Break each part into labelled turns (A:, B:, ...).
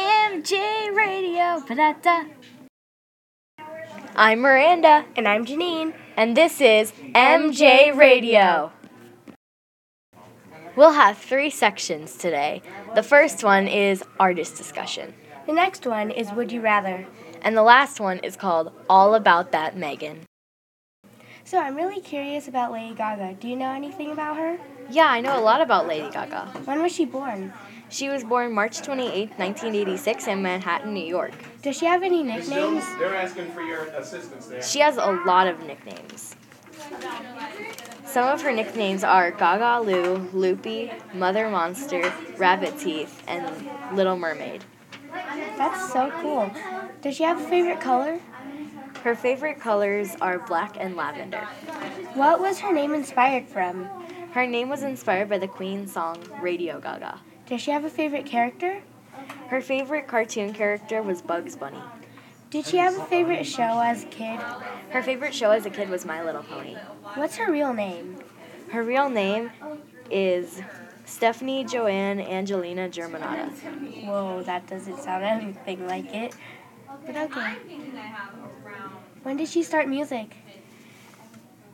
A: J Radio. Ba-da-da.
B: I'm Miranda,
C: And I'm Janine.
B: and this is MJ Radio. We'll have three sections today. The first one is artist discussion,
C: The next one is Would You Rather.
B: and the last one is called All About That Megan.
C: So I'm really curious about Lady Gaga. Do you know anything about her?
B: Yeah, I know a lot about Lady Gaga.
C: When was she born?
B: She was born March 28, 1986, in Manhattan, New York.
C: Does she have any nicknames?
D: They're asking for your assistance there.
B: She has a lot of nicknames. Some of her nicknames are Gaga Lou, Loopy, Mother Monster, Rabbit Teeth, and Little Mermaid.
C: That's so cool. Does she have a favorite color?
B: Her favorite colors are black and lavender.
C: What was her name inspired from?
B: Her name was inspired by the Queen song Radio Gaga.
C: Does she have a favorite character?
B: Her favorite cartoon character was Bugs Bunny.
C: Did she have a favorite show as a kid?
B: Her favorite show as a kid was My Little Pony.
C: What's her real name?
B: Her real name is Stephanie Joanne Angelina Germanata.
C: Whoa, that doesn't sound anything like it. But okay. When did she start music?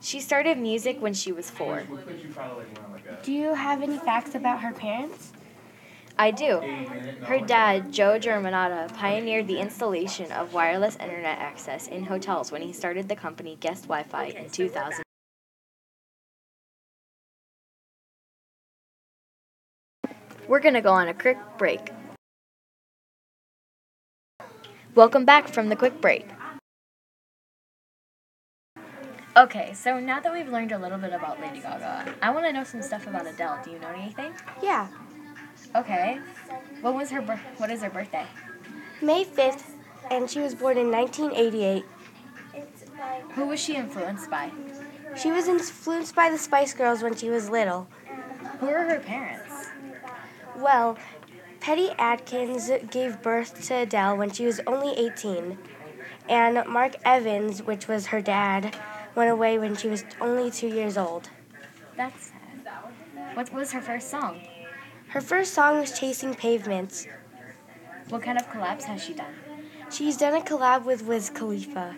B: She started music when she was four.
D: We'll put you probably around like a
C: Do you have any facts about her parents?
B: I do.
D: eight minute.
B: Her dad, Joe Germanata, pioneered the installation of wireless internet access in hotels when he started the company Guest Wi Fi in 2000. We're going to go on a quick break. Welcome back from the quick break. Okay, so now that we've learned a little bit about Lady Gaga, I want to know some stuff about Adele. Do you know anything?
C: Yeah,
B: Okay. What was her bir- what is her birthday?
C: May 5th, and she was born in 1988.
B: Who was she influenced by?
C: She was influenced by the Spice Girls when she was little.
B: Who are her parents?
C: Well, Petty Atkins gave birth to Adele when she was only 18, and Mark Evans, which was her dad, went away when she was only two years old.
B: That's sad. What was her first song?
C: Her first song was Chasing Pavements.
B: What kind of collabs has she done?
C: She's done a collab with Wiz Khalifa.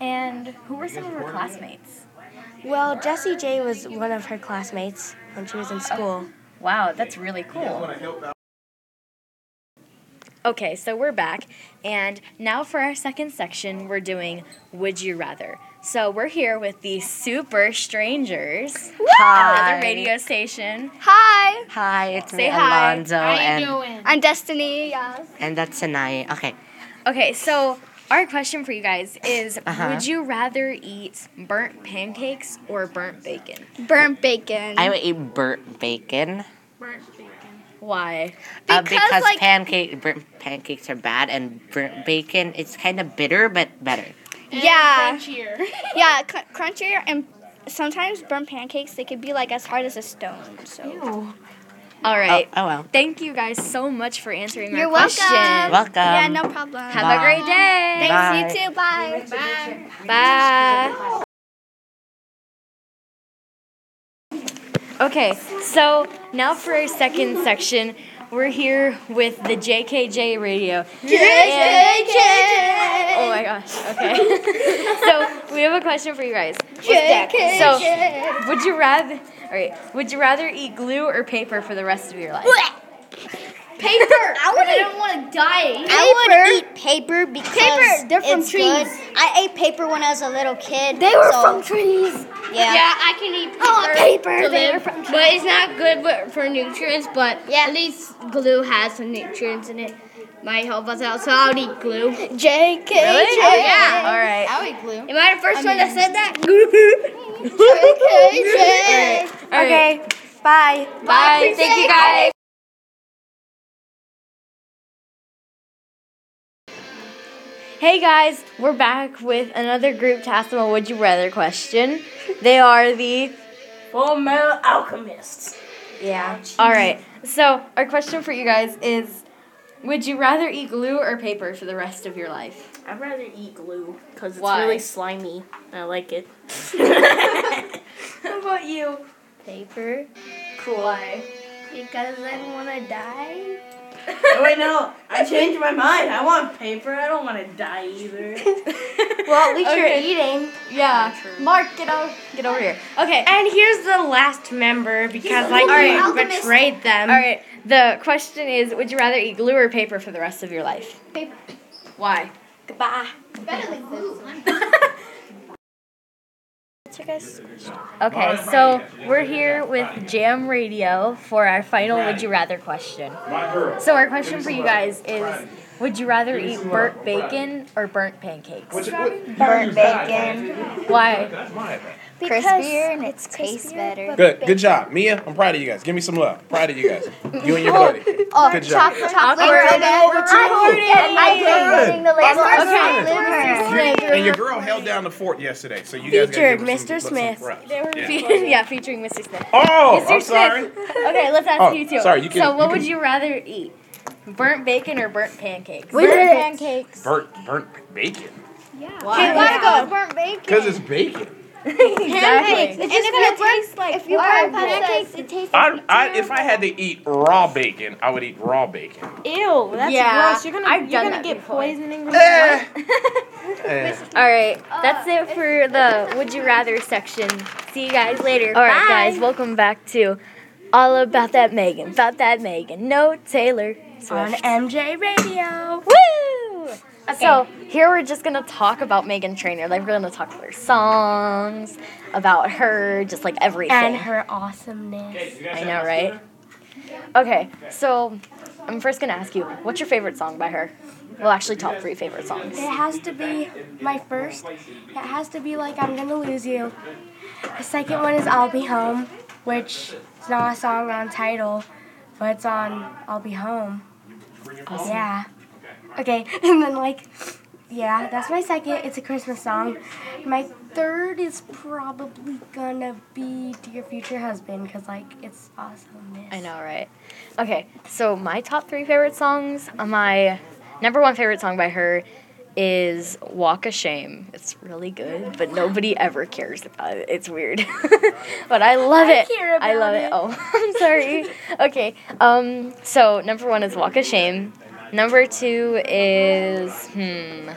B: And who were some of her classmates?
C: Well, Jessie J was one of her classmates when she was in school.
B: Wow, that's really cool.
D: Want to help out?
B: Okay, so we're back, and now for our second section, we're doing Would You Rather. So we're here with the Super Strangers, another radio station.
E: Hi.
F: Hi, it's
B: Say
F: me,
B: hi.
F: Alonzo, and
E: I'm Destiny. Yes.
F: and that's Sinai. Okay,
B: Okay, so our question for you guys is
F: Uh-huh.
B: Would you rather eat burnt pancakes or burnt bacon?
E: Burnt bacon.
F: I would eat burnt bacon
B: Why?
F: uh,
E: Because,
F: because
E: like-
F: pancake burnt pancakes are bad, and burnt bacon it's kind of bitter but better.
E: yeah. yeah, cr- crunchier and sometimes burnt pancakes they could be like as hard as a stone. So
B: All right.
F: Oh, oh well.
B: Thank you guys so much for answering my
E: You're
B: question.
E: welcome.
F: Welcome.
E: yeah, no problem.
B: Have a
F: Bye.
B: great day.
F: Bye.
E: Thanks you too. Bye. Bye.
B: Bye. Okay, so now for our second section. We're here with the JKJ Radio.
E: JKJ.
B: Oh my gosh. Okay. so we have a question for you guys. So would you rather? All right. Would you rather eat glue or paper for the rest of your life?
E: Paper. I, would I don't want to die.
G: I would eat paper because
E: Paper, they're from
G: it's
E: trees.
G: good. I ate paper when I was a little kid.
E: They were
G: so,
E: from trees.
G: yeah.
E: I can eat paper. I want paper. They were from trees.
H: But it's not good wi- for nutrients, but
G: Yeah.
H: at least glue has some nutrients in it. Might help us out, so I'll eat glue. Am
B: Oh,
E: JK.
B: yeah. All right.
H: I the first one that said that?
E: JK.
B: All right.
C: Okay, bye.
B: Bye. Thank you guys. Hey guys, we're back with another group to ask them a would you rather question. They are the
C: Full Metal Alchemists. Yeah.
B: All right. So, our question for you guys is would you rather eat glue or paper for the rest of your life?
I: I'd rather eat glue because it's
B: Why?
I: really slimy. I like it.
C: How about you?
E: Paper.
B: Cool.
E: Because I don't want to die.
I: Oh, wait, no. I changed my mind. I want paper. I don't want to die either.
C: Well, at least you're eating.
B: Yeah. Mark, get out. Get over here. Okay.
J: And here's the last member because like
B: Alright.
J: you betrayed them.
B: All right. The question is, would you rather eat glue or paper for the rest of your life?
H: Paper.
B: Why?
J: Goodbye.
H: Better than glue.
B: Okay, so we're here with Jam Radio for our final Would You Rather question.
D: My girl.
B: So our question for you guys is, would you rather eat burnt bacon or burnt pancakes?
D: Burnt bacon.
B: Why?
D: That's my opinion.
G: Crispier and it tastes better.
D: Good, good job, Mia. I'm proud of you guys. Give me some love. Proud of you guys. You and your buddy. Good job. Oh
G: I did getting the label
D: That's
G: of
D: my
G: my liver.
D: And your girl held down the fort yesterday, so you guys
C: Featured
D: gotta give her
C: Mr.
D: some-
C: Smith.
D: Some props.
B: They were
D: Yeah.
B: fe- yeah, featuring Mr. Smith.
D: Oh,
B: Mr.
D: I'm
B: Smith.
D: sorry.
B: Okay, let's ask
D: Oh,
B: you two.
D: sorry, you can-
B: so, what
D: you
B: would
D: can-
B: you rather eat? Burnt bacon or burnt pancakes?
G: pancakes.
D: Burnt, burnt bacon.
H: Okay, why go with burnt bacon?
D: Because it's bacon.
B: Exactly.
H: And if it tastes like if you
G: Why
H: burn
G: pancakes? It tastes
D: I, I, if I had to eat raw bacon, I would eat raw bacon.
I: Ew, that's
B: Yeah,
I: gross. You're gonna, you're
B: I've done
I: gonna
B: that
I: get
B: before.
I: poisoning.
D: Eh. Eh.
B: All right, that's it for the Would You Rather section.
G: See you guys later.
B: All right, guys, welcome back to All About That Megan, About That Megan, No Taylor.
C: On MJ Radio.
B: Woo! So here we're just gonna talk about Megan Trainor. Like we're gonna talk about her songs, about her, just like everything.
C: And her awesomeness.
B: I know, right? Okay, so I'm first gonna ask you, what's your favorite song by her? Well, actually, top three favorite songs.
C: It has to be my first. It has to be like I'm gonna lose you. The second one is I'll be home, which is not a song on title, but it's on I'll be home. Yeah. Okay, and then like, yeah, that's my second. It's a Christmas song. My third is probably gonna be Dear Future Husband, cause like it's awesomeness.
B: I know, right? Okay, so my top three favorite songs. uh, My number one favorite song by her is Walk of Shame. It's really good, but nobody ever cares about it. It's weird. but I love it.
C: care
B: I
C: about
B: love it.
C: it.
B: Oh, I'm sorry. Okay, um, so number one is Walk of Shame. Number two is, hmm.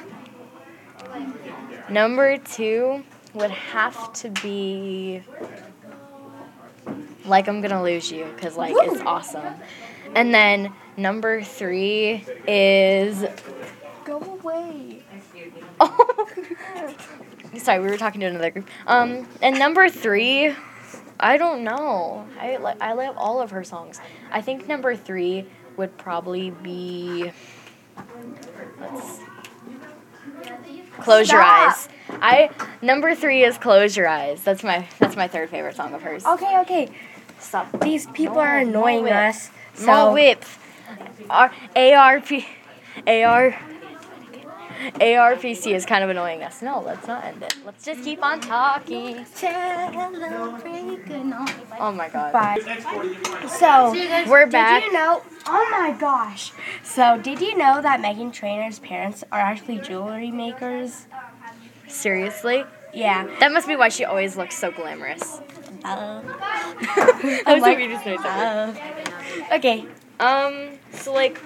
B: Number two would have to be like I'm gonna lose you because like it's awesome. And then number three is
C: Go away.
B: oh, sorry, we were talking to another group. Um, and number three, I don't know. I like I love all of her songs. I think number three would probably be. Let's close your eyes. I number three is close your eyes. That's my that's my third favorite song of hers.
C: Okay, okay. Stop. These people are annoying
B: no.
C: us. So
B: More whips. Our ARP, AR, ARPC is kind of annoying us. No, let's not end it. Let's just keep on talking. Oh my god.
C: Bye. So,
B: We're
C: did you
B: back.
C: know? Oh my gosh! So, did you know that Megan Trainor's parents are actually jewelry makers?
B: Seriously?
C: Yeah.
B: That must be why she always looks so glamorous.
C: Uh,
B: I was hoping you just made that.
C: okay.
B: Um, so like,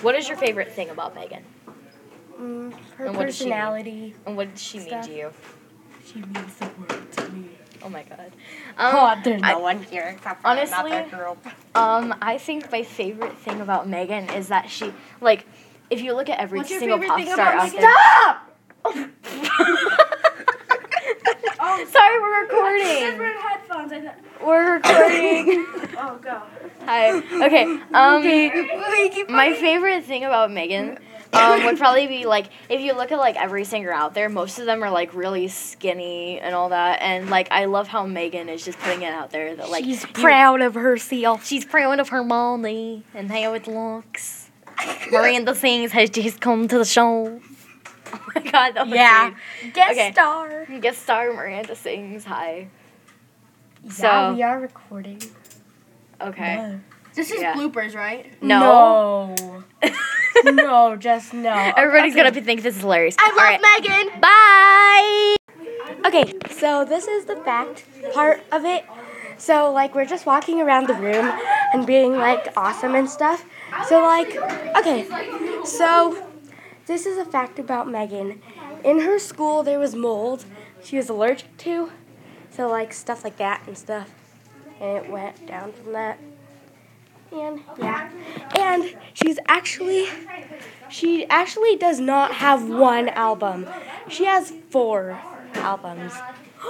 B: what is your favorite thing about Megan?
C: Mm, her
B: And what does she mean?
C: personality.
B: And what did she mean
C: Stuff.
B: to you?
C: She means the world to me.
B: Oh my god.
C: Oh,
B: Um,
C: there's
B: I-
C: no one here except for
B: honestly,
C: another girl.
B: Um, I think my favorite thing about Megan is that she like if you look at every single pop star out there.
C: Stop!
B: Sorry, we're recording. We're recording.
I: Oh, God.
B: Hi. Okay. Um, my favorite thing about Megan um, would probably be like if you look at like every singer out there, most of them are like really skinny and all that, and like I love how Megan is just putting it out there that like
C: She's
B: you-
C: proud of herself.
B: She's proud of her money and how it looks. Miranda Sings has just come to the show. Oh my god, that was
C: Yeah.
B: weird.
C: Guest
B: Okay.
C: star.
B: Guest star Miranda Sings, hi.
C: yeah,
B: So-
C: we are recording.
B: Okay.
H: This is
B: Yeah.
H: bloopers, right?
B: No.
C: No. No, just no.
B: Everybody's
C: Okay.
B: gonna be think this is hilarious.
H: I love Megan.
B: Bye!
C: Okay, so this is the fact part of it. So, like, we're just walking around the room and being, like, awesome and stuff. So, like, okay. So, this is a fact about Megan. In her school, there was mold she was allergic to. So, like, stuff like that and stuff. And it went down from that. And, yeah. And she's actually, she actually does not have one album, she has four albums.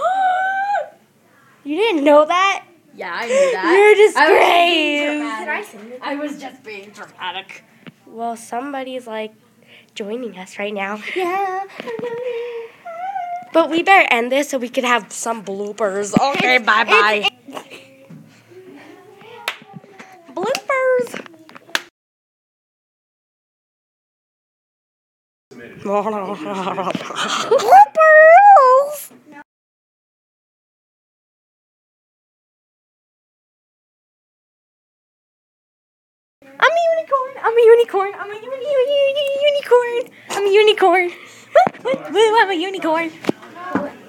C: you didn't know that?
G: Yeah, I knew that.
C: You're just
G: I was
C: brave.
G: just being dramatic. I was just being dramatic.
C: Well, somebody's like joining us right now.
G: Yeah.
C: But we better end this so we could have some bloopers. Okay, bye bye. bloopers. bloopers.
B: I'm a unicorn. I'm a unicorn. I'm a uni- uni- uni- unicorn. I'm a unicorn. Woo, woo, woo, I'm a unicorn.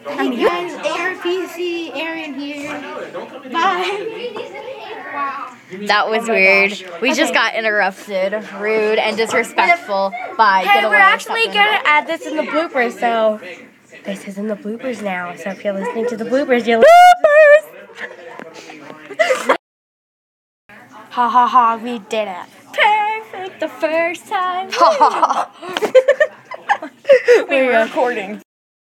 G: I'm guys, ARPC, Aaron here. Bye.
B: That was
C: oh
B: weird. We just got interrupted, rude and disrespectful. Bye.
C: Hey,
B: get
C: we're
B: away,
C: actually
B: something.
C: gonna add this in the bloopers, so this is in the bloopers now. So if you're listening to the bloopers, you're bloopers. ha ha ha! We did it.
B: perfect the first time.
C: Ha ha ha!
B: we were recording.